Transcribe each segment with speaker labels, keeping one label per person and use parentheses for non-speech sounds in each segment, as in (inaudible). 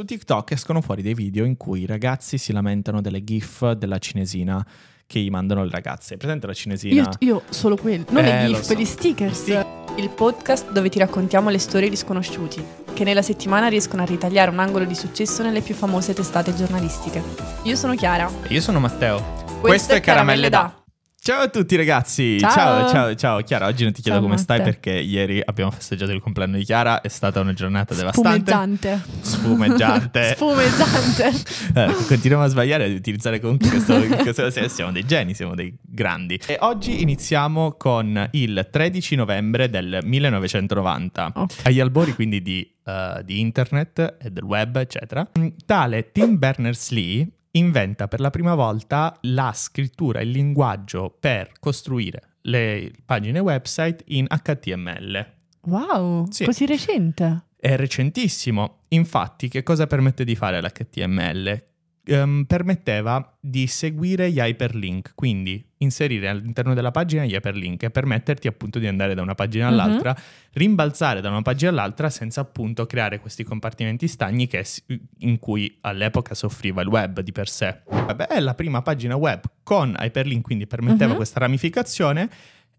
Speaker 1: Su TikTok escono fuori dei video in cui i ragazzi si lamentano delle gif della cinesina che gli mandano le ragazze. Hai Presente la cinesina?
Speaker 2: Io, io solo quelli, non
Speaker 1: Eh,
Speaker 2: le
Speaker 1: lo
Speaker 2: GIF,
Speaker 1: so.
Speaker 2: gli stickers.
Speaker 1: Sì.
Speaker 3: Il podcast dove ti raccontiamo le storie di sconosciuti, che nella settimana riescono a ritagliare un angolo di successo nelle più famose testate giornalistiche. Io sono Chiara.
Speaker 4: E Io sono Matteo.
Speaker 3: Questo è Caramelle da.
Speaker 1: Ciao a tutti ragazzi!
Speaker 3: Ciao.
Speaker 1: ciao, ciao, ciao. Chiara, oggi non ti chiedo
Speaker 2: Ciao,
Speaker 1: come stai
Speaker 2: Matte.
Speaker 1: perché ieri abbiamo festeggiato il compleanno di Chiara, è stata una giornata devastante.
Speaker 2: Spumeggiante.
Speaker 3: (laughs)
Speaker 1: Sfumeggiante.
Speaker 2: Spumeggiante.
Speaker 1: Eh, continuiamo a sbagliare ad utilizzare con questo, questo- se- siamo dei geni, siamo dei grandi. E oggi iniziamo con il 13 novembre del 1990,
Speaker 2: Ok.
Speaker 1: agli albori quindi di, eh, di internet e del web, eccetera. Mm, Tale Tim Berners-Lee inventa per la prima volta la scrittura, il linguaggio per costruire le pagine website in HTML.
Speaker 2: Wow,
Speaker 1: Sì. (laughs)
Speaker 2: così recente.
Speaker 1: È recentissimo. Infatti, che cosa permette di fare l'HTML? Ehm, permetteva di seguire gli hyperlink, quindi inserire all'interno della pagina gli hyperlink e permetterti appunto di andare da una pagina
Speaker 2: Mhm.
Speaker 1: all'altra, rimbalzare da una pagina all'altra senza appunto creare questi compartimenti stagni che s- in cui all'epoca soffriva il web di per sé. Vabbè, è la prima pagina web con hyperlink, quindi permetteva
Speaker 2: Mhm.
Speaker 1: questa ramificazione,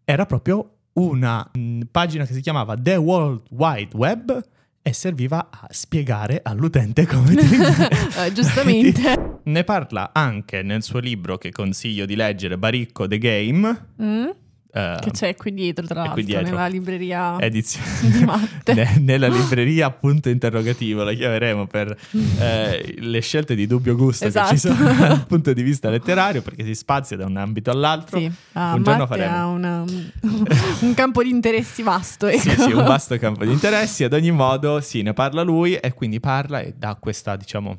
Speaker 1: era proprio una mh, pagina che si chiamava The World Wide Web e serviva a spiegare all'utente come
Speaker 2: (laughs)
Speaker 1: utilizzare.
Speaker 2: Eh, (laughs) giustamente.
Speaker 1: Ne parla anche nel suo libro che consiglio di leggere, Baricco The Game.
Speaker 2: Mm?
Speaker 1: eh,
Speaker 2: Che c'è qui dietro, tra
Speaker 1: è
Speaker 2: l'altro,
Speaker 1: qui dietro. (laughs)
Speaker 2: nella libreria
Speaker 3: (laughs)
Speaker 1: edizione
Speaker 2: di Matte.
Speaker 1: Ne- nella
Speaker 2: (laughs)
Speaker 1: libreria punto interrogativo la chiameremo per eh, le scelte di dubbio gusto
Speaker 2: Esatto.
Speaker 1: che ci sono
Speaker 2: (laughs)
Speaker 1: dal punto di vista letterario perché si spazia da un ambito all'altro
Speaker 2: Sì, ah,
Speaker 1: Un giorno
Speaker 2: Matte
Speaker 1: faremo.
Speaker 2: ha
Speaker 1: (laughs)
Speaker 2: una- un campo di interessi vasto.
Speaker 1: Sì,
Speaker 2: ecco.
Speaker 1: sì, un vasto campo di interessi. Ad ogni modo, sì, ne parla lui e quindi parla e dà questa, diciamo,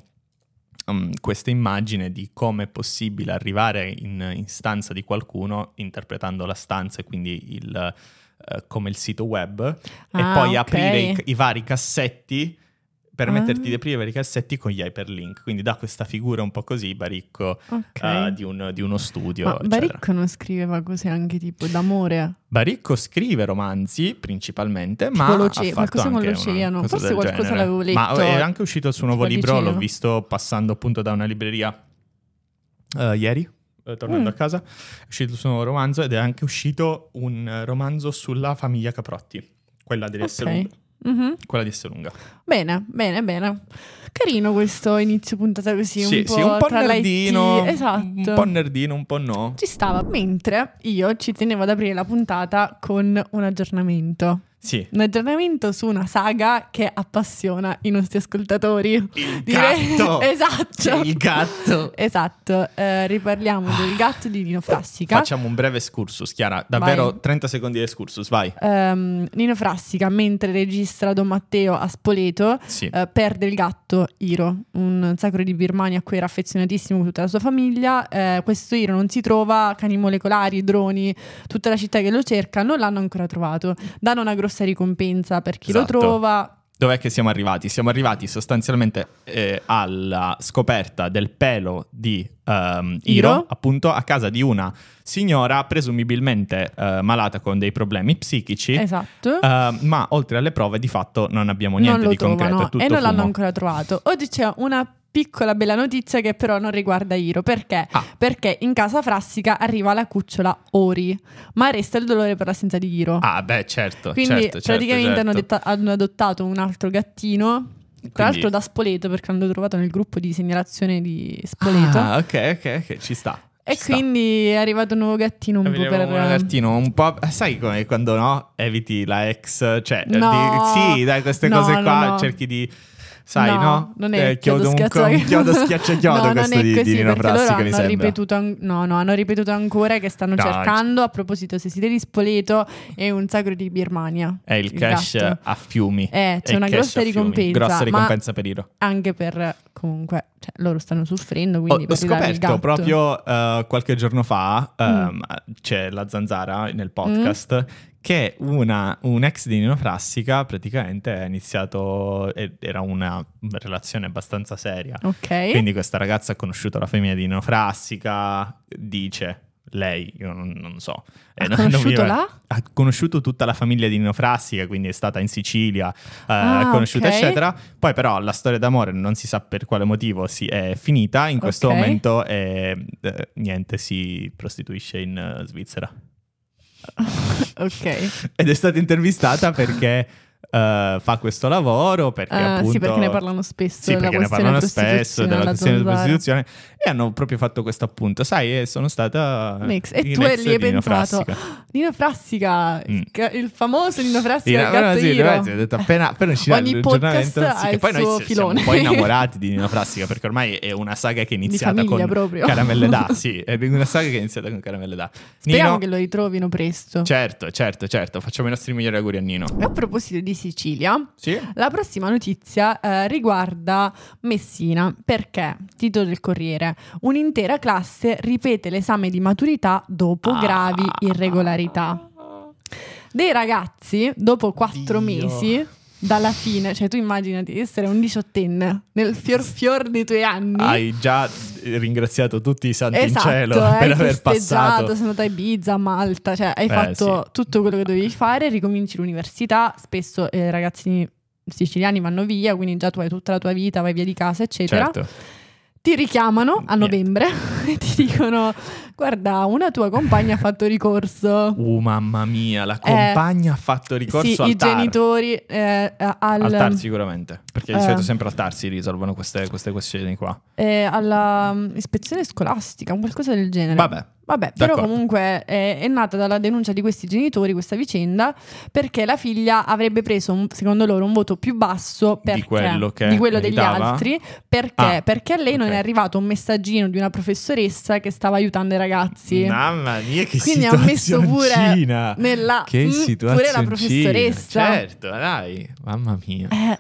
Speaker 1: um, questa immagine di come è possibile arrivare in, in stanza di qualcuno interpretando la stanza e quindi il, eh, come il sito web
Speaker 2: Ah,
Speaker 1: e poi
Speaker 2: ok.
Speaker 1: aprire i, i vari cassetti permetterti
Speaker 2: Ah.
Speaker 1: di aprire i vari cassetti con gli hyperlink. Quindi dà questa figura un po' così, baricco,
Speaker 2: Ok.
Speaker 1: eh, di, un- di uno studio.
Speaker 2: Ma
Speaker 1: eccetera.
Speaker 2: Baricco non scriveva cose anche tipo d'amore?
Speaker 1: Baricco scrive romanzi principalmente, ma
Speaker 2: Tipo Luce-
Speaker 1: ha fatto
Speaker 2: qualcosa con
Speaker 1: anche una
Speaker 2: Luciano,
Speaker 1: cosa
Speaker 2: forse
Speaker 1: del
Speaker 2: qualcosa
Speaker 1: genere.
Speaker 2: l'avevo letto
Speaker 1: Ma eh, è anche uscito il suo nuovo
Speaker 2: tipo
Speaker 1: libro,
Speaker 2: vicino.
Speaker 1: l'ho visto passando appunto da una libreria eh, ieri, eh, tornando a
Speaker 2: Mm.
Speaker 1: casa, è uscito il suo nuovo romanzo ed è anche uscito un eh, romanzo sulla famiglia Caprotti, quella di essere,
Speaker 2: Ok. Mhm.
Speaker 1: quella di Esselunga.
Speaker 2: Bene, bene, bene. Carino questo inizio puntata così, un po', tra l'IT.
Speaker 1: nerdino,
Speaker 2: esatto.
Speaker 1: un po' nerdino, un po' no.
Speaker 2: Ci stava. Mentre io ci tenevo ad aprire la puntata con un aggiornamento.
Speaker 1: Sì.
Speaker 2: Un aggiornamento su una saga che appassiona i nostri ascoltatori.
Speaker 1: Il
Speaker 2: (laughs) Direi-
Speaker 1: gatto! C'è
Speaker 2: (laughs) esatto.
Speaker 1: il gatto! Ah.
Speaker 2: Esatto, eh, riparliamo del gatto di Nino Frassica.
Speaker 1: Facciamo un breve excursus, Chiara, davvero
Speaker 2: Vai.
Speaker 1: 30 secondi di excursus, vai.
Speaker 2: Ehm, Nino Frassica, mentre registra Don Matteo a Spoleto,
Speaker 1: Sì.
Speaker 2: eh, perde il gatto Iro, un sacro di Birmania a cui era affezionatissimo con tutta la sua famiglia. Eh, questo Iro non si trova, cani molecolari, droni, tutta la città che lo cerca non l'hanno ancora trovato. Danno una grossa ricompensa per chi
Speaker 1: Esatto.
Speaker 2: lo trova.
Speaker 1: Dov'è che siamo arrivati? Siamo arrivati sostanzialmente eh, alla scoperta del pelo di ehm, Iro,
Speaker 2: Iro.
Speaker 1: appunto, a casa di una signora presumibilmente eh, malata con dei problemi psichici.
Speaker 2: Esatto.
Speaker 1: eh, ma oltre alle prove, di fatto non abbiamo
Speaker 2: non
Speaker 1: niente
Speaker 2: lo
Speaker 1: di concreto.
Speaker 2: trovano
Speaker 1: è tutto
Speaker 2: e non l'hanno
Speaker 1: fumo.
Speaker 2: ancora trovato. Oggi c'è una piccola bella notizia che però non riguarda Iro. Perché?
Speaker 1: Ah.
Speaker 2: Perché in casa frassica arriva la cucciola Ori, ma resta il dolore per l'assenza di Iro.
Speaker 1: Ah, beh, certo.
Speaker 2: Quindi
Speaker 1: certo, certo,
Speaker 2: praticamente Hanno,
Speaker 1: certo.
Speaker 2: detta- hanno adottato un altro gattino. Tra
Speaker 1: Quindi-
Speaker 2: l'altro da Spoleto, perché l'hanno trovato nel gruppo di segnalazione di Spoleto.
Speaker 1: Ah, ok, ok, ok, ci sta.
Speaker 2: e
Speaker 1: ci sta.
Speaker 2: quindi è arrivato un nuovo gattino un po'
Speaker 1: Avere
Speaker 2: per... ehm,
Speaker 1: un gattino un po'. eh, Sai come quando no? Eviti la ex. Cioè, eh,
Speaker 2: No.
Speaker 1: di- sì, dai, queste
Speaker 2: No,
Speaker 1: cose
Speaker 2: no,
Speaker 1: qua
Speaker 2: no.
Speaker 1: cerchi di. Sai, no?
Speaker 2: Non è
Speaker 1: Eh, un,
Speaker 2: chiodo, schiaccia... (laughs)
Speaker 1: un chiodo schiaccia chiodo
Speaker 2: no,
Speaker 1: questo
Speaker 2: non è
Speaker 1: di,
Speaker 2: così,
Speaker 1: di Nino
Speaker 2: perché loro
Speaker 1: Frassica, mi
Speaker 2: hanno
Speaker 1: sembra.
Speaker 2: ripetuto an- no, no, hanno ripetuto ancora che stanno
Speaker 1: No,
Speaker 2: cercando, a proposito, se siete di Spoleto, è un sacro di Birmania.
Speaker 1: È il cash
Speaker 2: gatto.
Speaker 1: a fiumi.
Speaker 2: Eh, c'è
Speaker 1: È
Speaker 2: una
Speaker 1: il cash
Speaker 2: grossa
Speaker 1: a fiumi.
Speaker 2: ricompensa,
Speaker 1: Grossa
Speaker 2: ma-
Speaker 1: ricompensa per Iro.
Speaker 2: Anche per, comunque, cioè, loro stanno soffrendo,
Speaker 1: Ho,
Speaker 2: quindi
Speaker 1: ho
Speaker 2: per ridare il
Speaker 1: Oh, scoperto
Speaker 2: gatto.
Speaker 1: proprio eh, qualche giorno fa, ehm,
Speaker 2: Mm.
Speaker 1: c'è la zanzara nel podcast, che una, un ex di Nino Frassica praticamente è iniziato, e- era una relazione abbastanza seria.
Speaker 2: Ok.
Speaker 1: Quindi questa ragazza ha conosciuto la femmina di Nino Frassica, dice lei, io non, non so. Eh,
Speaker 2: (laughs) Ha
Speaker 1: no- non mi
Speaker 2: conosciuto
Speaker 1: va-
Speaker 2: là?
Speaker 1: Ha conosciuto tutta la famiglia di Ninofrassica, quindi è stata in Sicilia, eh,
Speaker 2: Ah,
Speaker 1: ha conosciuta
Speaker 2: ok.
Speaker 1: eccetera. Poi però la storia d'amore non si sa per quale motivo si è finita, in questo
Speaker 2: Ok.
Speaker 1: momento eh, eh, niente, si prostituisce in eh, Svizzera. (laughs)
Speaker 2: ok.
Speaker 1: Ed è stata intervistata perché eh, fa questo lavoro, perché
Speaker 2: Ah,
Speaker 1: appunto...
Speaker 2: sì, perché ne parlano spesso.
Speaker 1: Sì,
Speaker 2: della
Speaker 1: perché ne
Speaker 2: questione
Speaker 1: parlano
Speaker 2: prostituzione
Speaker 1: spesso della
Speaker 2: alla
Speaker 1: questione della
Speaker 2: zanzara.
Speaker 1: prostituzione e hanno proprio fatto questo appunto. Sai, eh, sono stata
Speaker 2: Un ex. E
Speaker 1: in
Speaker 2: tu
Speaker 1: ex
Speaker 2: lì hai
Speaker 1: di Nino
Speaker 2: pensato,
Speaker 1: Frassica.
Speaker 2: Nino Frassica,
Speaker 1: Mm.
Speaker 2: ca- il famoso Nino
Speaker 1: Sì,
Speaker 2: Frassica,
Speaker 1: no,
Speaker 2: il
Speaker 1: però
Speaker 2: gatto
Speaker 1: sì,
Speaker 2: Iro.
Speaker 1: ragazzi, ho detto appena, appena uscirà
Speaker 2: Ogni
Speaker 1: l'aggiornamento,
Speaker 2: podcast
Speaker 1: sì,
Speaker 2: ha
Speaker 1: che
Speaker 2: il
Speaker 1: poi noi
Speaker 2: suo
Speaker 1: si- siamo
Speaker 2: filone.
Speaker 1: un po' innamorati di Nino Frassica perché ormai è una saga che è iniziata
Speaker 2: famiglia
Speaker 1: con
Speaker 2: proprio.
Speaker 1: Caramelle
Speaker 2: (laughs)
Speaker 1: da, sì, è una saga che è iniziata con Caramelle da.
Speaker 2: Speriamo
Speaker 1: Nino,
Speaker 2: che lo ritrovino presto.
Speaker 1: certo, certo, certo, facciamo i nostri migliori auguri a Nino.
Speaker 2: A proposito di Sicilia,
Speaker 1: Sì?
Speaker 2: La prossima notizia eh, riguarda Messina, perché, titolo del Corriere, un'intera classe ripete l'esame di maturità dopo
Speaker 1: Ah.
Speaker 2: gravi irregolarità. Dei ragazzi, dopo quattro
Speaker 1: Oddio.
Speaker 2: mesi, dalla fine, cioè tu immaginati di essere un diciottenne nel fior fior dei tuoi anni.
Speaker 1: Hai già eh, ringraziato tutti i santi
Speaker 2: Esatto,
Speaker 1: in cielo
Speaker 2: hai
Speaker 1: per aver
Speaker 2: festeggiato,
Speaker 1: passato.
Speaker 2: sei andata a Ibiza, a Malta, cioè hai
Speaker 1: Eh,
Speaker 2: fatto
Speaker 1: sì.
Speaker 2: tutto quello che dovevi fare, ricominci l'università, spesso i ragazzi siciliani vanno via, quindi già tu hai tutta la tua vita, vai via di casa, eccetera.
Speaker 1: Certo.
Speaker 2: Ti richiamano a
Speaker 1: Niente.
Speaker 2: novembre (laughs) e ti dicono "Guarda, una tua compagna ha fatto ricorso".
Speaker 1: Uh, mamma mia, la compagna ha fatto ricorso
Speaker 2: Eh, sì,
Speaker 1: al
Speaker 2: i
Speaker 1: TAR.
Speaker 2: genitori eh, al-
Speaker 1: Al TAR sicuramente, perché di
Speaker 2: Eh.
Speaker 1: solito sempre al TAR si risolvono queste, queste questioni qua.
Speaker 2: eh, alla mm, ispezione scolastica, un qualcosa del genere.
Speaker 1: Vabbè,
Speaker 2: Vabbè, però
Speaker 1: D'accordo.
Speaker 2: comunque eh, è, è nata dalla denuncia di questi genitori questa vicenda perché la figlia avrebbe preso, un- secondo loro, un voto più basso perché-
Speaker 1: quello che
Speaker 2: di quello degli
Speaker 1: meritava?
Speaker 2: altri perché,
Speaker 1: Ah,
Speaker 2: perché a lei non
Speaker 1: ok.
Speaker 2: è arrivato un messaggino di una professoressa che stava aiutando i ragazzi.
Speaker 1: mamma mia che
Speaker 2: Quindi ha messo
Speaker 1: situazioncina.
Speaker 2: pure nella
Speaker 1: Che
Speaker 2: mm, pure
Speaker 1: situazione.
Speaker 2: la professoressa.
Speaker 1: Certo, dai, mamma mia.
Speaker 2: Eh,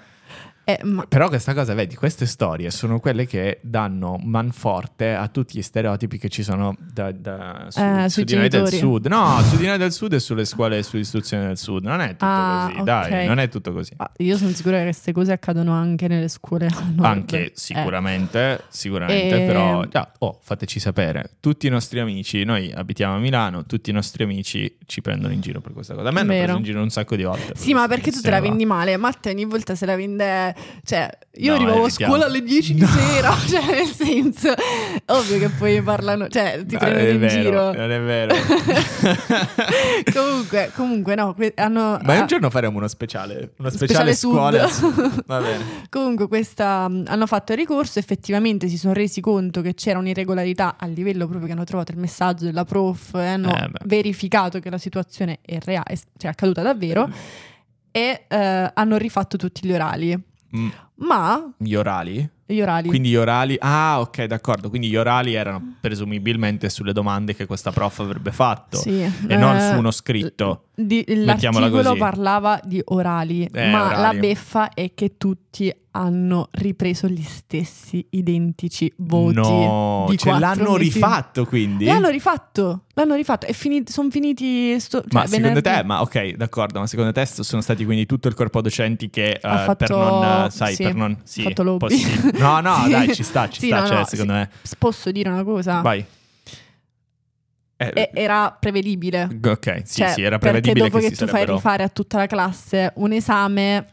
Speaker 2: eh, ma
Speaker 1: Però questa cosa, vedi, queste storie sono quelle che danno manforte a tutti gli stereotipi che ci sono da- da- su,
Speaker 2: Eh,
Speaker 1: su
Speaker 2: sui
Speaker 1: di noi del
Speaker 2: genitori.
Speaker 1: sud. No, su di noi del sud e sulle scuole e sull'istruzione del sud. Non è tutto
Speaker 2: Ah,
Speaker 1: così, dai,
Speaker 2: ok.
Speaker 1: non è tutto così.
Speaker 2: ma Ah, io sono sicura che queste cose accadono anche nelle scuole. al nord.
Speaker 1: Anche
Speaker 2: Eh. Ehm,
Speaker 1: sicuramente, sicuramente,
Speaker 2: E-
Speaker 1: però già, oh, fateci sapere. Tutti i nostri amici, noi abitiamo a Milano, tutti i nostri amici ci prendono in giro per questa cosa. A me hanno
Speaker 2: Vero.
Speaker 1: preso in giro un sacco di volte. per
Speaker 2: Sì, ma
Speaker 1: questa
Speaker 2: perché tu te
Speaker 1: questione
Speaker 2: la
Speaker 1: qua.
Speaker 2: vendi male? Matte ogni volta se la vende. Cioè, io
Speaker 1: No,
Speaker 2: arrivavo a
Speaker 1: evitiamo.
Speaker 2: scuola alle 10 di sera. (laughs) Cioè, nel senso, ovvio che poi parlano. Cioè, ti
Speaker 1: Ah,
Speaker 2: prendono
Speaker 1: è
Speaker 2: in
Speaker 1: vero,
Speaker 2: giro.
Speaker 1: Non è
Speaker 2: (laughs)
Speaker 1: vero.
Speaker 2: comunque, comunque, no. que- hanno-
Speaker 1: ma
Speaker 2: ah,
Speaker 1: un giorno faremo uno speciale, uno
Speaker 2: Speciale
Speaker 1: speciale,
Speaker 2: sud.
Speaker 1: scuola.
Speaker 2: (laughs)
Speaker 1: Va bene.
Speaker 2: Comunque, questa mh, hanno fatto il ricorso. Effettivamente si sono resi conto che c'era un'irregolarità a livello proprio che hanno trovato il messaggio della prof e hanno
Speaker 1: Eh, beh.
Speaker 2: verificato che la situazione è reale, cioè è accaduta
Speaker 1: Eh,
Speaker 2: davvero. E eh, hanno rifatto tutti gli orali.
Speaker 1: Mm,
Speaker 2: Ma
Speaker 1: Gli orali?
Speaker 2: gli orali.
Speaker 1: Quindi gli orali. Ah, ok, d'accordo. Quindi gli orali erano presumibilmente sulle domande che questa prof avrebbe fatto.
Speaker 2: Sì,
Speaker 1: E non
Speaker 2: eh,
Speaker 1: su uno scritto.
Speaker 2: di-
Speaker 1: Mettiamola
Speaker 2: l'articolo
Speaker 1: così.
Speaker 2: parlava di orali,
Speaker 1: Eh,
Speaker 2: ma
Speaker 1: orali.
Speaker 2: la beffa è che tutti hanno ripreso gli stessi identici voti.
Speaker 1: No,
Speaker 2: di
Speaker 1: cioè
Speaker 2: quattro
Speaker 1: l'hanno
Speaker 2: mesi.
Speaker 1: rifatto quindi.
Speaker 2: L'hanno rifatto, l'hanno rifatto, è finito, sono finiti... Sto, cioè,
Speaker 1: ma secondo
Speaker 2: venerdì-
Speaker 1: te, ma ok, d'accordo, ma secondo te sono stati quindi tutto il corpo docenti che eh,
Speaker 2: Ha
Speaker 1: per
Speaker 2: fatto-
Speaker 1: non, eh, sai,
Speaker 2: sì,
Speaker 1: per non... Sì,
Speaker 2: fatto lobby.
Speaker 1: possi- No, no,
Speaker 2: (laughs) Sì.
Speaker 1: dai, ci sta, ci
Speaker 2: Sì,
Speaker 1: sta,
Speaker 2: no,
Speaker 1: cioè,
Speaker 2: no,
Speaker 1: secondo
Speaker 2: sì.
Speaker 1: me...
Speaker 2: Posso dire una cosa?
Speaker 1: Vai. Eh,
Speaker 2: E- era prevedibile.
Speaker 1: ok, sì,
Speaker 2: Cioè,
Speaker 1: sì, era
Speaker 2: perché
Speaker 1: prevedibile
Speaker 2: dopo che,
Speaker 1: si
Speaker 2: tu fai
Speaker 1: sarebbero...
Speaker 2: rifare a tutta la classe un esame...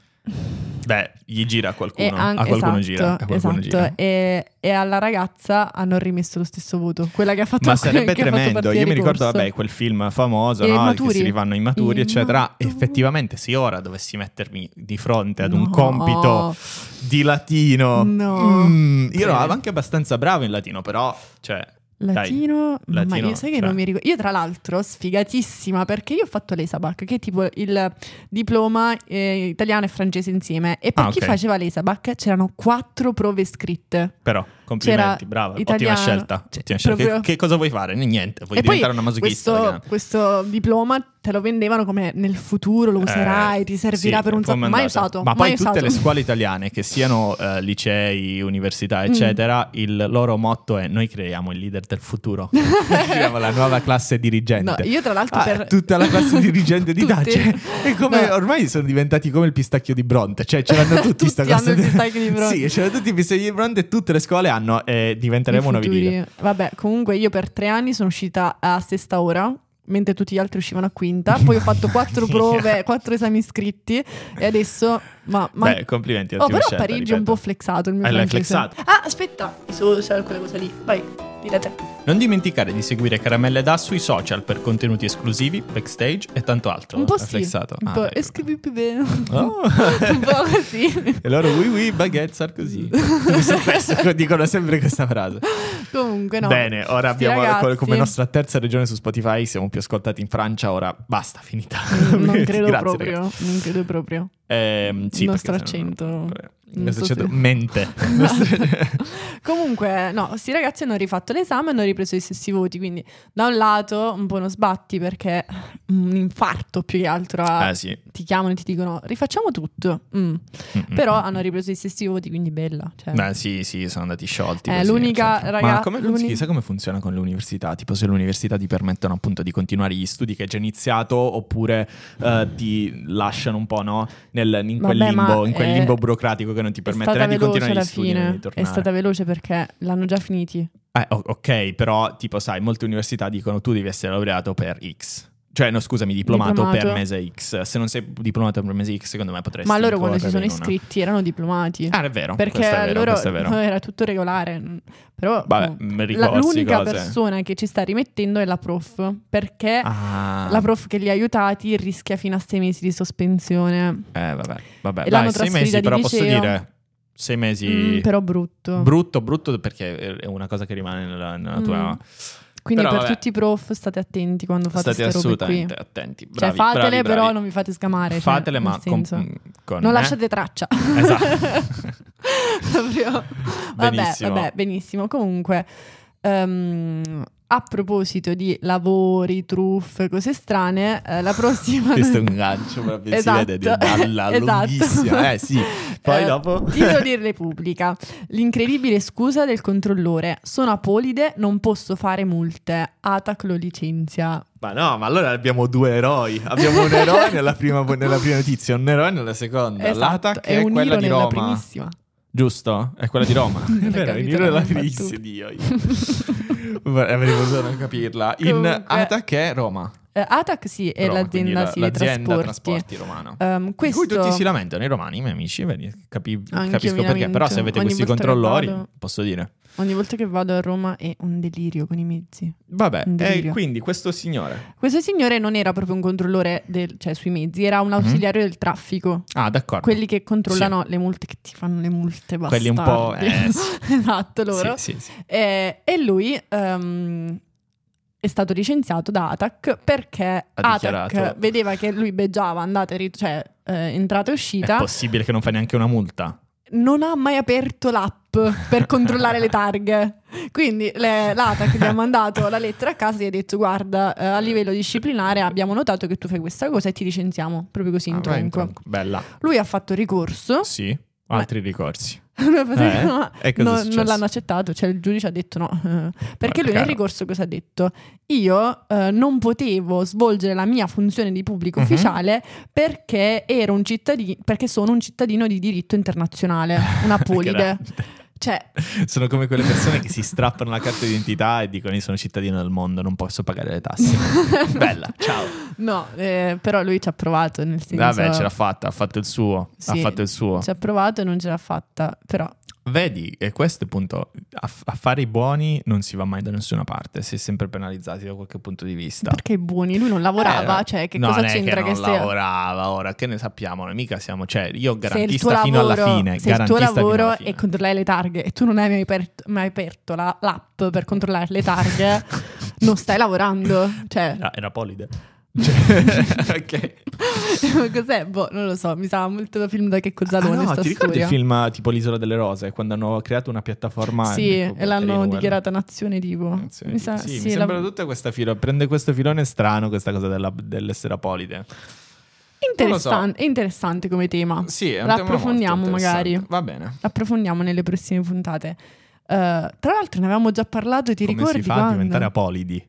Speaker 1: Beh, gli gira a qualcuno,
Speaker 2: E an-
Speaker 1: a qualcuno
Speaker 2: esatto,
Speaker 1: gira, a qualcuno
Speaker 2: esatto.
Speaker 1: gira.
Speaker 2: E, e alla ragazza hanno rimesso lo stesso voto, quella (laughs) che ha fatto
Speaker 1: Ma sarebbe
Speaker 2: che ha fatto
Speaker 1: tremendo.
Speaker 2: partire
Speaker 1: Io mi ricordo,
Speaker 2: ricorso.
Speaker 1: vabbè, quel film famoso,
Speaker 2: I
Speaker 1: no?
Speaker 2: maturi.
Speaker 1: Che si rifanno i maturi,
Speaker 2: I
Speaker 1: eccetera.
Speaker 2: maturi.
Speaker 1: Effettivamente, se io ora dovessi mettermi di fronte ad
Speaker 2: No.
Speaker 1: un compito di latino,
Speaker 2: No.
Speaker 1: mm, io ero
Speaker 2: Prego.
Speaker 1: anche abbastanza bravo in latino, però, cioè, dai.
Speaker 2: Latino, ma
Speaker 1: latino,
Speaker 2: io sai che
Speaker 1: cioè.
Speaker 2: non mi ricordo. Io, tra l'altro, sfigatissima perché io ho fatto l'ESABAC, che è tipo il diploma eh, italiano e francese insieme. E per
Speaker 1: Ah,
Speaker 2: chi
Speaker 1: ok.
Speaker 2: faceva l'ESABAC c'erano quattro prove scritte.
Speaker 1: Però, complimenti,
Speaker 2: C'era
Speaker 1: brava, ottima
Speaker 2: italiano,
Speaker 1: scelta.
Speaker 2: cioè,
Speaker 1: ottima scelta.
Speaker 2: proprio-
Speaker 1: Che, che cosa vuoi fare? Niente, vuoi
Speaker 2: e poi
Speaker 1: diventare una masochista.
Speaker 2: questo,
Speaker 1: vediamo.
Speaker 2: questo diploma te lo vendevano come nel futuro lo userai,
Speaker 1: Eh,
Speaker 2: ti servirà
Speaker 1: sì,
Speaker 2: per un sacco.
Speaker 1: comandata.
Speaker 2: Mai usato.
Speaker 1: Ma
Speaker 2: mai
Speaker 1: poi tutte
Speaker 2: usato.
Speaker 1: le scuole italiane, che siano eh, licei, università,
Speaker 2: Mm.
Speaker 1: eccetera, il loro motto è noi creiamo il leader del futuro. (laughs) Noi creiamo la nuova classe dirigente.
Speaker 2: No, io tra l'altro
Speaker 1: Ah,
Speaker 2: per...
Speaker 1: Tutta la classe dirigente di
Speaker 2: (laughs) Tutti.
Speaker 1: Dace è come
Speaker 2: No.
Speaker 1: ormai sono diventati come il pistacchio di Bronte, cioè ce l'hanno tutti,
Speaker 2: Tutti
Speaker 1: sta
Speaker 2: hanno
Speaker 1: classe
Speaker 2: il pistacchio di Bronte.
Speaker 1: Sì, ce l'hanno tutti i pistacchi di Bronte e tutte le scuole anno e diventeremo una
Speaker 2: futuri-
Speaker 1: vigilia.
Speaker 2: Vabbè, comunque io per tre anni sono uscita a sesta ora, mentre tutti gli altri uscivano a quinta. Poi ho
Speaker 1: (laughs)
Speaker 2: fatto quattro prove, quattro esami iscritti e adesso... Ma, ma...
Speaker 1: Beh, complimenti al
Speaker 2: oh,
Speaker 1: team
Speaker 2: però
Speaker 1: scelta,
Speaker 2: Parigi è un
Speaker 1: ripeto.
Speaker 2: po' flexato il mio
Speaker 1: Eh, l'hai
Speaker 2: francese.
Speaker 1: flexato.
Speaker 3: Ah, aspetta, i social, quella cosa lì. Vai, dilla te.
Speaker 1: Non dimenticare di seguire Caramelle Da sui social per contenuti esclusivi, backstage e tanto altro.
Speaker 2: Un po'
Speaker 1: È
Speaker 2: sì.
Speaker 1: flexato.
Speaker 2: Un
Speaker 1: Ah,
Speaker 2: po',
Speaker 1: dai,
Speaker 2: e scrivi
Speaker 1: (laughs)
Speaker 2: più bene.
Speaker 1: Oh.
Speaker 2: un po' così.
Speaker 1: E loro oui oui baguette
Speaker 2: (laughs)
Speaker 1: Sarkozy. Questo- questo- dicono sempre questa frase.
Speaker 2: Comunque no.
Speaker 1: Bene, ora
Speaker 2: Sti
Speaker 1: abbiamo
Speaker 2: ragazzi.
Speaker 1: come nostra terza regione su Spotify, siamo più ascoltati in Francia, ora basta, finita.
Speaker 2: Non
Speaker 1: (laughs)
Speaker 2: credo
Speaker 1: Grazie,
Speaker 2: proprio,
Speaker 1: ragazzi.
Speaker 2: non credo proprio.
Speaker 1: Ehm, sì,
Speaker 2: Il nostro
Speaker 1: perché se no- Eh,
Speaker 2: accento.
Speaker 1: Il
Speaker 2: Non
Speaker 1: nostro
Speaker 2: so se-
Speaker 1: accento
Speaker 2: (laughs)
Speaker 1: mente. (laughs) Il nostro-
Speaker 2: Comunque, no, questi ragazzi hanno rifatto l'esame e hanno ripreso gli stessi voti, quindi da un lato un po' uno sbatti perché un infarto più che altro a-
Speaker 1: Ah, sì.
Speaker 2: ti chiamano e ti dicono rifacciamo tutto, Mm.
Speaker 1: Mm-mm.
Speaker 2: Esatto. però hanno ripreso gli stessi voti, quindi bella. cioè.
Speaker 1: Beh, sì, sì, sono andati sciolti.
Speaker 2: Eh,
Speaker 1: così,
Speaker 2: l'unica,
Speaker 1: eccetera.
Speaker 2: raga,
Speaker 1: Ma come,
Speaker 2: l'uni-
Speaker 1: chissà come funziona con l'università? Tipo, se l'università ti permettono appunto di continuare gli studi che hai già iniziato, oppure eh, ti lasciano un po', no? Nel, in quel,
Speaker 2: Vabbè, ma
Speaker 1: limbo, in quel
Speaker 2: è-
Speaker 1: limbo burocratico che non ti
Speaker 2: È
Speaker 1: permetterà
Speaker 2: stata
Speaker 1: di
Speaker 2: veloce
Speaker 1: continuare
Speaker 2: alla
Speaker 1: gli studi. né,
Speaker 2: fine,
Speaker 1: Di tornare.
Speaker 2: è stata veloce perché l'hanno già finiti.
Speaker 1: Eh, o- ok, però, tipo, sai, molte università dicono tu devi essere laureato per X. Cioè, no, scusami, diplomato,
Speaker 2: Diplomato.
Speaker 1: per mese X. Se non sei diplomato per mese X, secondo me potresti.
Speaker 2: Ma loro quando si sono
Speaker 1: incorrere in una-
Speaker 2: iscritti erano diplomati.
Speaker 1: Ah, è vero.
Speaker 2: Perché
Speaker 1: questo è vero,
Speaker 2: loro
Speaker 1: questo è
Speaker 2: (laughs)
Speaker 1: vero.
Speaker 2: era tutto regolare, mm, però
Speaker 1: Vabbè,
Speaker 2: mm,
Speaker 1: mi
Speaker 2: la-
Speaker 1: ricordo
Speaker 2: l'unica
Speaker 1: cose.
Speaker 2: persona che ci sta rimettendo è la prof, perché
Speaker 1: Ah,
Speaker 2: La prof che li ha aiutati rischia fino a sei mesi di sospensione.
Speaker 1: Eh, vabbè, vabbè. Dai,
Speaker 2: E l'hanno
Speaker 1: sei
Speaker 2: trasferita
Speaker 1: mesi,
Speaker 2: di
Speaker 1: però posso
Speaker 2: liceo.
Speaker 1: dire. Sei mesi.
Speaker 2: Mm, però Mm. brutto.
Speaker 1: Brutto, brutto perché è una cosa che rimane nella, nella tua.
Speaker 2: Quindi
Speaker 1: però
Speaker 2: per
Speaker 1: vabbè.
Speaker 2: tutti i prof state attenti quando fate
Speaker 1: State
Speaker 2: queste robe qui.
Speaker 1: assolutamente attenti.
Speaker 2: Cioè
Speaker 1: Bravi,
Speaker 2: fatele
Speaker 1: bravi, bravi.
Speaker 2: però non vi fate scamare. cioè,
Speaker 1: Fatele,
Speaker 2: nel
Speaker 1: ma con,
Speaker 2: senso.
Speaker 1: con-
Speaker 2: Non
Speaker 1: eh?
Speaker 2: lasciate traccia. (laughs)
Speaker 1: Esatto.
Speaker 2: Proprio- Vabbè,
Speaker 1: Benissimo.
Speaker 2: vabbè, benissimo. Comunque, ehm, a proposito di lavori, truffe, cose strane, eh, la prossima...
Speaker 1: (laughs) Questo è un gancio proprio
Speaker 2: Esatto.
Speaker 1: si vede di balla
Speaker 2: (laughs) Esatto.
Speaker 1: lunghissima. Eh
Speaker 2: (laughs)
Speaker 1: sì. Poi
Speaker 2: Eh,
Speaker 1: dopo (laughs)
Speaker 2: Titolo di Repubblica. L'incredibile scusa del controllore. Sono apolide, non posso fare multe. Atac lo licenzia.
Speaker 1: Ma no, ma allora abbiamo due eroi. Abbiamo un eroe nella prima, nella prima notizia, un eroe nella seconda.
Speaker 2: Esatto,
Speaker 1: L'Atac è
Speaker 2: è un
Speaker 1: quella
Speaker 2: nero
Speaker 1: di
Speaker 2: nella
Speaker 1: Roma.
Speaker 2: primissima.
Speaker 1: Giusto? È quella di Roma.
Speaker 2: Non ho
Speaker 1: (laughs) È vero, è
Speaker 2: capito
Speaker 1: il nero
Speaker 2: la
Speaker 1: della
Speaker 2: battuta.
Speaker 1: primissima, Dio. io. Vorrei- Avrei potuto non capirla. In
Speaker 2: Comunque-
Speaker 1: Atac è Roma.
Speaker 2: Eh, Atac sì, è
Speaker 1: Roma, quindi
Speaker 2: l'azienda,
Speaker 1: la-
Speaker 2: sì,
Speaker 1: l'azienda trasporti
Speaker 2: trasporti.
Speaker 1: romana.
Speaker 2: Ehm, questo...
Speaker 1: Di cui tutti si lamentano, i romani, i miei amici, vedi, capi-
Speaker 2: Anch'io
Speaker 1: capisco
Speaker 2: mi
Speaker 1: perché. Però
Speaker 2: lamento.
Speaker 1: se avete
Speaker 2: Ogni
Speaker 1: questi
Speaker 2: volta che
Speaker 1: controllori,
Speaker 2: vado-
Speaker 1: posso dire.
Speaker 2: Ogni volta che vado a Roma è un delirio con i mezzi.
Speaker 1: Vabbè,
Speaker 2: Un
Speaker 1: e
Speaker 2: delirio.
Speaker 1: quindi questo signore.
Speaker 2: Questo signore non era proprio un controllore del- cioè, sui mezzi, era
Speaker 1: Mhm.
Speaker 2: un ausiliario del traffico.
Speaker 1: Ah, d'accordo.
Speaker 2: Quelli che controllano le multe, che ti fanno le multe, bastardi.
Speaker 1: Quelli un
Speaker 2: (laughs)
Speaker 1: po', eh, sì.
Speaker 2: esatto, loro.
Speaker 1: Sì, sì, sì.
Speaker 2: Eh, e lui ehm, è stato licenziato da Atac perché
Speaker 1: Ha
Speaker 2: Atac
Speaker 1: dichiarato.
Speaker 2: vedeva che lui beggiava, andata e rit- cioè eh, entrata e
Speaker 1: È
Speaker 2: uscita,
Speaker 1: possibile che non fa neanche una multa.
Speaker 2: non ha mai aperto l'app per controllare le targhe. Quindi le- l'Atac gli ha mandato la lettera a casa e gli ha detto guarda eh, a livello disciplinare abbiamo notato che tu fai questa cosa e ti licenziamo, proprio così in
Speaker 1: Ah, vai in
Speaker 2: tronco.
Speaker 1: tronco. Bella.
Speaker 2: Lui ha fatto ricorso, (laughs)
Speaker 1: Sì, altri ricorsi.
Speaker 2: Una cosa-
Speaker 1: Eh?
Speaker 2: (laughs) no,
Speaker 1: E cosa è
Speaker 2: non-
Speaker 1: successo? (laughs)
Speaker 2: non l'hanno accettato, cioè il giudice ha detto no. eh,
Speaker 1: Guarda,
Speaker 2: Perché lui nel
Speaker 1: caro.
Speaker 2: ricorso cosa ha detto? Io eh, non potevo svolgere la mia funzione di pubblico
Speaker 1: Mhm.
Speaker 2: ufficiale perché ero un cittadino, perché sono un cittadino di diritto internazionale,
Speaker 1: (laughs)
Speaker 2: una (laughs) polide.
Speaker 1: Grande.
Speaker 2: cioè,
Speaker 1: Sono come quelle persone che si strappano la carta d'identità e dicono io sono cittadino del mondo, non posso pagare le
Speaker 2: (laughs)
Speaker 1: tasse. Bella, ciao.
Speaker 2: no, eh, però lui ci ha provato nel senso
Speaker 1: Vabbè, ce l'ha fatta, ha fatto il suo, ha
Speaker 2: Sì.
Speaker 1: fatto il suo.
Speaker 2: ci ha provato e non ce l'ha fatta, però
Speaker 1: Vedi, e questo è appunto, a, a fare i buoni non si va mai da nessuna parte, si è sempre penalizzati da qualche punto di vista.
Speaker 2: perché buoni, lui non lavorava,
Speaker 1: Eh,
Speaker 2: cioè che
Speaker 1: no,
Speaker 2: cosa
Speaker 1: non è
Speaker 2: c'entra che,
Speaker 1: non
Speaker 2: sia
Speaker 1: lavorava ora, che ne sappiamo, noi mica siamo, cioè io
Speaker 2: se il tuo
Speaker 1: garantista fino
Speaker 2: lavoro,
Speaker 1: alla fine,
Speaker 2: se il tuo
Speaker 1: garantista fino alla
Speaker 2: lavoro
Speaker 1: fine.
Speaker 2: è controllare le targhe e tu non hai mai, aperto- mai aperto la- l'app per controllare
Speaker 1: (laughs)
Speaker 2: le targhe, non stai lavorando. Cioè, (laughs)
Speaker 1: Era, era (laughs) polide. Cioè, (laughs) ok.
Speaker 2: cos'è? Boh, non lo so, mi sa molto da film da Checco
Speaker 1: Ah,
Speaker 2: Zalone
Speaker 1: no,
Speaker 2: sta
Speaker 1: ti ricordi il
Speaker 2: storia.
Speaker 1: film tipo L'isola delle rose, quando hanno creato una piattaforma?
Speaker 2: Sì,
Speaker 1: tipo,
Speaker 2: e l'hanno
Speaker 1: Boh, carino,
Speaker 2: dichiarata nazione tipo.
Speaker 1: guarda. Sì,
Speaker 2: Mi sa,
Speaker 1: sì,
Speaker 2: sì,
Speaker 1: mi
Speaker 2: la-
Speaker 1: sembra tutta questa filo- prende questo filone strano questa cosa della- dell'essere apolide.
Speaker 2: Interessan- È interessante come tema.
Speaker 1: Sì, è un
Speaker 2: La
Speaker 1: tema molto
Speaker 2: approfondiamo
Speaker 1: interessante.
Speaker 2: Ah, magari.
Speaker 1: Va bene.
Speaker 2: Approfondiamo nelle prossime puntate. Eh, tra l'altro ne avevamo già parlato, ti
Speaker 1: Come
Speaker 2: ricordi
Speaker 1: si fa a
Speaker 2: quando?
Speaker 1: diventare apolidi?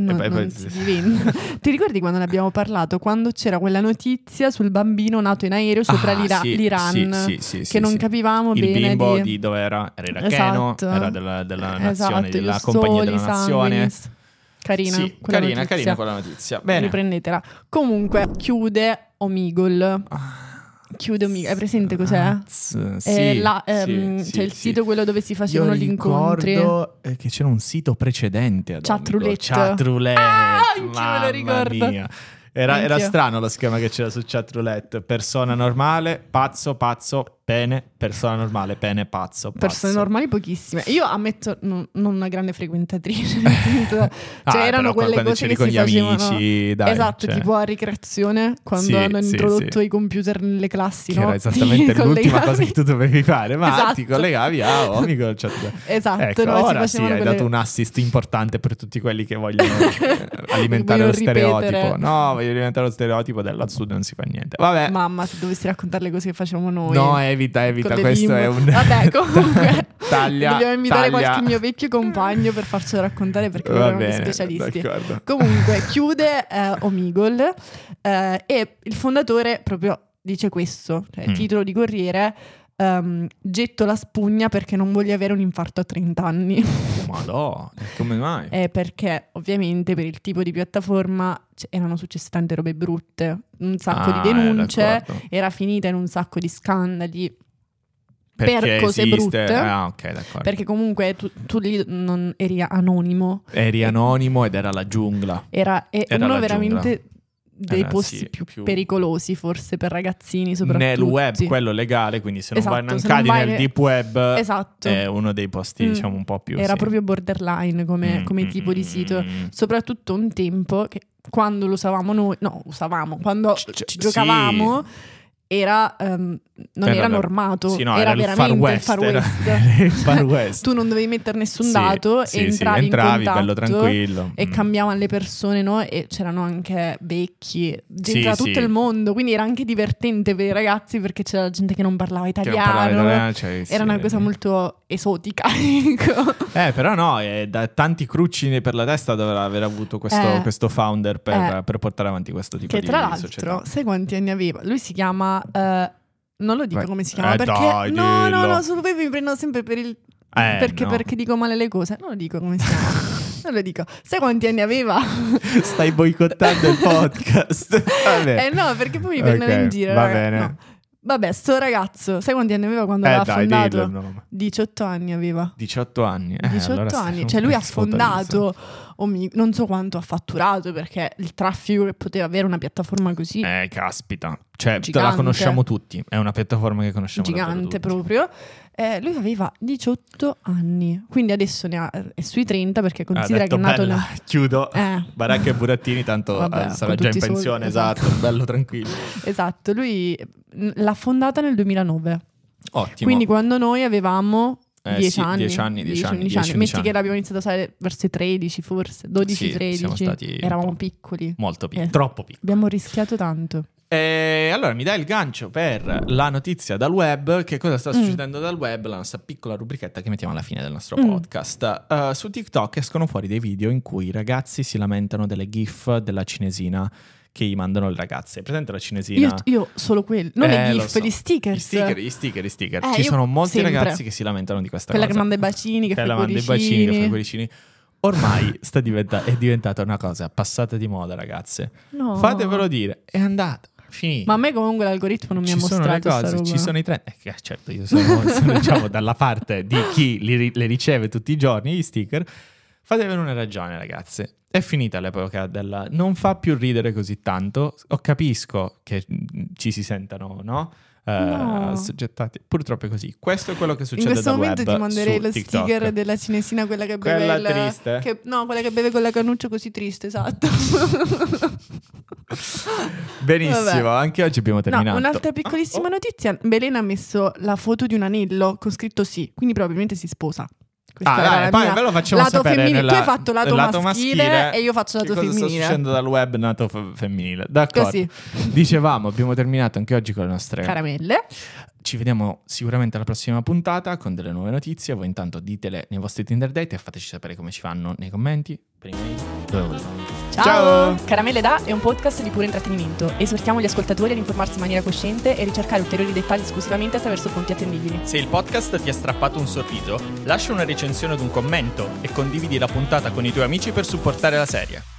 Speaker 2: No,
Speaker 1: E poi-
Speaker 2: non
Speaker 1: poi-
Speaker 2: si diventa.
Speaker 1: (laughs)
Speaker 2: Ti ricordi quando ne abbiamo parlato? Quando c'era quella notizia sul bambino nato in aereo sopra
Speaker 1: Ah,
Speaker 2: l'Ira-
Speaker 1: sì,
Speaker 2: l'Iran,
Speaker 1: sì, sì, sì,
Speaker 2: che
Speaker 1: sì,
Speaker 2: non
Speaker 1: sì.
Speaker 2: capivamo
Speaker 1: il
Speaker 2: bene
Speaker 1: bimbo
Speaker 2: di...
Speaker 1: di... dove era? Era iracheno,
Speaker 2: Esatto.
Speaker 1: era della, della
Speaker 2: Eh,
Speaker 1: nazione,
Speaker 2: esatto,
Speaker 1: della
Speaker 2: gli
Speaker 1: compagnia
Speaker 2: soli,
Speaker 1: della
Speaker 2: i
Speaker 1: nazione.
Speaker 2: sanguinis. Carina,
Speaker 1: Sì,
Speaker 2: quella
Speaker 1: carina,
Speaker 2: notizia.
Speaker 1: carina quella notizia. Bene.
Speaker 2: Riprendetela. Comunque, chiude Omegle.
Speaker 1: Ah,
Speaker 2: Chiude Omegle. Hai presente cos'è?
Speaker 1: z- Ah, Sì,
Speaker 2: Eh, la-
Speaker 1: sì,
Speaker 2: ehm,
Speaker 1: sì,
Speaker 2: c'è il
Speaker 1: sì.
Speaker 2: sito quello dove si facevano
Speaker 1: Io
Speaker 2: gli incontri.
Speaker 1: ricordo eh, che c'era un sito precedente ad
Speaker 2: Chat
Speaker 1: Omigo,
Speaker 2: Roulette.
Speaker 1: Chat Roulette.
Speaker 2: Ah, anch'io me lo
Speaker 1: mamma
Speaker 2: ricordo.
Speaker 1: mia. Era, era
Speaker 2: Anch'io.
Speaker 1: strano lo schema che c'era su Chat Roulette. Persona normale, pazzo, pazzo, pene, persona normale, pene, pazzo, pazzo.
Speaker 2: Persone normali pochissime. Io ammetto non, non una grande frequentatrice.
Speaker 1: (laughs)
Speaker 2: nel senso, cioè,
Speaker 1: Ah,
Speaker 2: erano
Speaker 1: però
Speaker 2: quelle
Speaker 1: quando
Speaker 2: cose
Speaker 1: c'eri
Speaker 2: che
Speaker 1: con
Speaker 2: si
Speaker 1: gli
Speaker 2: facevano.
Speaker 1: amici, dai,
Speaker 2: esatto,
Speaker 1: cioè.
Speaker 2: tipo a ricreazione, quando
Speaker 1: Sì,
Speaker 2: hanno
Speaker 1: sì,
Speaker 2: introdotto
Speaker 1: sì.
Speaker 2: i computer nelle classi.
Speaker 1: Che
Speaker 2: no?
Speaker 1: era
Speaker 2: (laughs) Ti
Speaker 1: esattamente l'ultima
Speaker 2: collegavi.
Speaker 1: cosa che tu dovevi fare, ma
Speaker 2: Esatto.
Speaker 1: ti collegavi a Omigo. Chat Roulette.
Speaker 2: Esatto,
Speaker 1: Ecco,
Speaker 2: no, si
Speaker 1: ora sì, hai
Speaker 2: facevano quelle-
Speaker 1: dato un assist importante per tutti quelli che vogliono eh, alimentare lo
Speaker 2: (laughs) Vogliono ripetere.
Speaker 1: stereotipo. No, voglio alimentare lo stereotipo del lassù non si fa niente. Vabbè,
Speaker 2: (laughs) Mamma, se dovessi raccontare le cose che facevamo noi.
Speaker 1: No, eh, evita, evita,
Speaker 2: con le
Speaker 1: questo
Speaker 2: bimbe.
Speaker 1: è un... (laughs)
Speaker 2: Vabbè, comunque.
Speaker 1: taglia,
Speaker 2: Dobbiamo invitare
Speaker 1: taglia.
Speaker 2: qualche mio vecchio compagno per farcelo raccontare perché loro
Speaker 1: Va
Speaker 2: erano degli
Speaker 1: bene,
Speaker 2: specialisti.
Speaker 1: d'accordo.
Speaker 2: Comunque, chiude eh, Omegle eh, e il fondatore proprio dice questo, cioè
Speaker 1: Mm.
Speaker 2: titolo di Corriere, ehm, getto la spugna perché non voglio avere un infarto a 30 anni. (laughs)
Speaker 1: Madò, come mai?
Speaker 2: Eh, perché ovviamente per il tipo di piattaforma c- erano successe tante robe brutte, un sacco
Speaker 1: Ah,
Speaker 2: di denunce,
Speaker 1: d'accordo.
Speaker 2: era finita in un sacco di scandali.
Speaker 1: Perché
Speaker 2: per cose
Speaker 1: esiste-
Speaker 2: brutte.
Speaker 1: Ah, ok, d'accordo.
Speaker 2: Perché comunque tu, tu lì non eri anonimo,
Speaker 1: Eri anonimo ed era la giungla.
Speaker 2: era, e
Speaker 1: Era
Speaker 2: uno
Speaker 1: la
Speaker 2: veramente dei
Speaker 1: Era,
Speaker 2: posti
Speaker 1: sì,
Speaker 2: più,
Speaker 1: più-
Speaker 2: pericolosi forse per ragazzini soprattutto.
Speaker 1: Nel web, quello legale, quindi se non,
Speaker 2: Esatto,
Speaker 1: vai, non
Speaker 2: se non
Speaker 1: cadi
Speaker 2: vai-
Speaker 1: nel deep web,
Speaker 2: Esatto,
Speaker 1: è uno dei posti,
Speaker 2: Mm.
Speaker 1: diciamo, un po' più...
Speaker 2: era
Speaker 1: sì.
Speaker 2: proprio borderline come,
Speaker 1: Mm,
Speaker 2: come
Speaker 1: mm,
Speaker 2: tipo di sito.
Speaker 1: mm, mm.
Speaker 2: Soprattutto un tempo che quando lo usavamo noi, no usavamo, quando
Speaker 1: C- c-
Speaker 2: ci giocavamo... Era, ehm, non
Speaker 1: Era
Speaker 2: era
Speaker 1: la-
Speaker 2: normato,
Speaker 1: Sì, no, era
Speaker 2: era,
Speaker 1: il Far
Speaker 2: veramente
Speaker 1: West.
Speaker 2: il Far
Speaker 1: era-
Speaker 2: West.
Speaker 1: era (laughs) il
Speaker 2: (laughs)
Speaker 1: Far West.
Speaker 2: tu non dovevi mettere nessun
Speaker 1: Sì,
Speaker 2: dato
Speaker 1: sì,
Speaker 2: e
Speaker 1: sì,
Speaker 2: entravi,
Speaker 1: entravi,
Speaker 2: in contatto
Speaker 1: bello tranquillo.
Speaker 2: e
Speaker 1: Mm.
Speaker 2: cambiavano le persone, no? E c'erano anche vecchi, gente
Speaker 1: Sì,
Speaker 2: da
Speaker 1: sì.
Speaker 2: tutto il mondo, quindi era anche divertente per i ragazzi perché c'era gente che non parlava
Speaker 1: Che
Speaker 2: italiano.
Speaker 1: non parlavi italiano, cioè, sì,
Speaker 2: Era una cosa
Speaker 1: eh.
Speaker 2: molto esotica, ecco.
Speaker 1: Eh, però no, eh, da tanti crucini per la testa dovrà aver avuto questo,
Speaker 2: Eh.
Speaker 1: questo founder per,
Speaker 2: Eh.
Speaker 1: per portare avanti questo tipo
Speaker 2: Che
Speaker 1: di,
Speaker 2: tra
Speaker 1: di
Speaker 2: l'altro,
Speaker 1: società.
Speaker 2: sai quanti anni aveva? Lui si chiama... eh, non lo dico
Speaker 1: Beh,
Speaker 2: come si chiama
Speaker 1: eh,
Speaker 2: perché...
Speaker 1: dai,
Speaker 2: no, no,
Speaker 1: dillo.
Speaker 2: no, solo voi mi prendono sempre per il...
Speaker 1: Eh,
Speaker 2: perché,
Speaker 1: no.
Speaker 2: perché dico male le cose. Non lo dico come si chiama. non lo dico. Sai quanti anni aveva?
Speaker 1: (laughs) Stai boicottando
Speaker 2: (laughs)
Speaker 1: il podcast. (laughs) Vabbè.
Speaker 2: Eh no, perché poi mi prendono
Speaker 1: Ok,
Speaker 2: in giro.
Speaker 1: Va
Speaker 2: raga.
Speaker 1: bene.
Speaker 2: eh, No. Vabbè, sto ragazzo, sai quanti anni aveva quando
Speaker 1: eh,
Speaker 2: aveva
Speaker 1: dai,
Speaker 2: fondato?
Speaker 1: dillo il nome.
Speaker 2: 18 anni aveva.
Speaker 1: 18 anni. Eh,
Speaker 2: 18
Speaker 1: allora
Speaker 2: anni,
Speaker 1: stiamo
Speaker 2: cioè lui ha
Speaker 1: sfotando.
Speaker 2: fondato, Omi- non so quanto ha fatturato perché il traffico che poteva avere una piattaforma così
Speaker 1: Eh, caspita. Cioè, te la
Speaker 2: Gigante.
Speaker 1: conosciamo tutti. È una piattaforma che conosciamo diciamo davvero
Speaker 2: gigante
Speaker 1: tutti.
Speaker 2: proprio, eh, lui aveva 18 anni, quindi adesso ne ha, è sui 30 perché
Speaker 1: Ha
Speaker 2: considera che
Speaker 1: detto,
Speaker 2: è nato...
Speaker 1: "Bella, chiudo.
Speaker 2: Eh.
Speaker 1: Baracca e Burattini, tanto
Speaker 2: Vabbè,
Speaker 1: eh, sarà
Speaker 2: con
Speaker 1: già in
Speaker 2: tutti i soldi,
Speaker 1: pensione,
Speaker 2: esatto.
Speaker 1: esatto, bello tranquillo.
Speaker 2: Esatto, lui n- l'ha fondata nel 2009.
Speaker 1: Ottimo.
Speaker 2: Quindi quando noi avevamo
Speaker 1: Eh,
Speaker 2: 10
Speaker 1: sì,
Speaker 2: anni,
Speaker 1: 10 anni, 10
Speaker 2: 11
Speaker 1: anni,
Speaker 2: anni.
Speaker 1: 10,
Speaker 2: metti
Speaker 1: 11
Speaker 2: che
Speaker 1: anni.
Speaker 2: l'abbiamo iniziato a usare verso i 13 forse, 12-13,
Speaker 1: Sì, siamo stati un
Speaker 2: eravamo
Speaker 1: po'.
Speaker 2: piccoli,
Speaker 1: Molto piccolo,
Speaker 2: Eh.
Speaker 1: troppo piccolo.
Speaker 2: abbiamo rischiato tanto.
Speaker 1: E Eh, allora mi dai il gancio per la notizia dal web. Che cosa sta
Speaker 2: Mm.
Speaker 1: succedendo dal web? La nostra piccola rubrichetta che mettiamo alla fine del nostro
Speaker 2: Mm.
Speaker 1: podcast. Eh, su TikTok escono fuori dei video in cui i ragazzi si lamentano delle GIF della cinesina che gli mandano le ragazze. Hai Presente la cinesina?
Speaker 2: Io, io solo quello, non
Speaker 1: Eh,
Speaker 2: le
Speaker 1: lo
Speaker 2: gif,
Speaker 1: so.
Speaker 2: gli stickers.
Speaker 1: I sticker, i sticker, i sticker.
Speaker 2: Eh,
Speaker 1: Ci
Speaker 2: io
Speaker 1: sono molti
Speaker 2: sempre.
Speaker 1: ragazzi che si lamentano di questa
Speaker 2: Quella che
Speaker 1: cosa.
Speaker 2: manda i bacini,
Speaker 1: Che
Speaker 2: che fa i
Speaker 1: la manda i
Speaker 2: cuoricini.
Speaker 1: bacini, che fa i cuoricini. Ormai sta diventa- è diventata una cosa passata di moda, ragazze.
Speaker 2: No.
Speaker 1: Fatevelo dire, è andata, finita.
Speaker 2: Ma a me comunque l'algoritmo non mi ha
Speaker 1: ci sono le
Speaker 2: mostrato sta
Speaker 1: cose,
Speaker 2: roba.
Speaker 1: ci sono i trend. Eh, che- certo, io sono, (laughs) sono, diciamo, dalla parte di chi li ri- le riceve tutti i giorni gli sticker. Fatevene una ragione, ragazze. È finita l'epoca della... Non fa più ridere così tanto. O capisco che mm, ci si sentano, no? Eh,
Speaker 2: No.
Speaker 1: soggettati. Purtroppo è così. Questo è quello che
Speaker 2: In
Speaker 1: succede
Speaker 2: questo
Speaker 1: dal
Speaker 2: momento
Speaker 1: web
Speaker 2: ti manderei
Speaker 1: su
Speaker 2: lo
Speaker 1: TikTok.
Speaker 2: sticker della cinesina, quella che beve
Speaker 1: Quella
Speaker 2: il-
Speaker 1: triste?
Speaker 2: che- no, quella che beve con la cannuccia così triste, esatto.
Speaker 1: Benissimo,
Speaker 2: Vabbè.
Speaker 1: anche oggi abbiamo terminato.
Speaker 2: No, un'altra piccolissima notizia. Belena ha messo la foto di un anello con scritto sì, quindi probabilmente si sposa. Questa
Speaker 1: Ah,
Speaker 2: era
Speaker 1: dai,
Speaker 2: la
Speaker 1: poi
Speaker 2: mia-
Speaker 1: ve lo facciamo
Speaker 2: lato
Speaker 1: sapere
Speaker 2: femminile.
Speaker 1: nella-
Speaker 2: Tu hai fatto lato,
Speaker 1: lato
Speaker 2: maschile,
Speaker 1: maschile.
Speaker 2: e io faccio
Speaker 1: Che
Speaker 2: lato
Speaker 1: cosa sta
Speaker 2: femminile.
Speaker 1: succedendo dal web nato f- femminile? D'accordo.
Speaker 2: Così.
Speaker 1: Dicevamo, abbiamo terminato anche oggi con le nostre.
Speaker 2: Caramelle.
Speaker 1: Ci vediamo sicuramente alla prossima puntata con delle nuove notizie. Voi intanto ditele nei vostri Tinder date e fateci sapere come ci fanno nei commenti.
Speaker 5: Prima di... Dove volevo?
Speaker 2: Ciao!
Speaker 5: Ciao!
Speaker 2: Caramelle da è un podcast di puro intrattenimento. Esortiamo gli ascoltatori ad informarsi in maniera cosciente e ricercare ulteriori dettagli esclusivamente attraverso fonti attendibili.
Speaker 1: Se il podcast ti ha strappato un sorriso, lascia una recensione ed un commento e condividi la puntata con i tuoi amici per supportare la serie.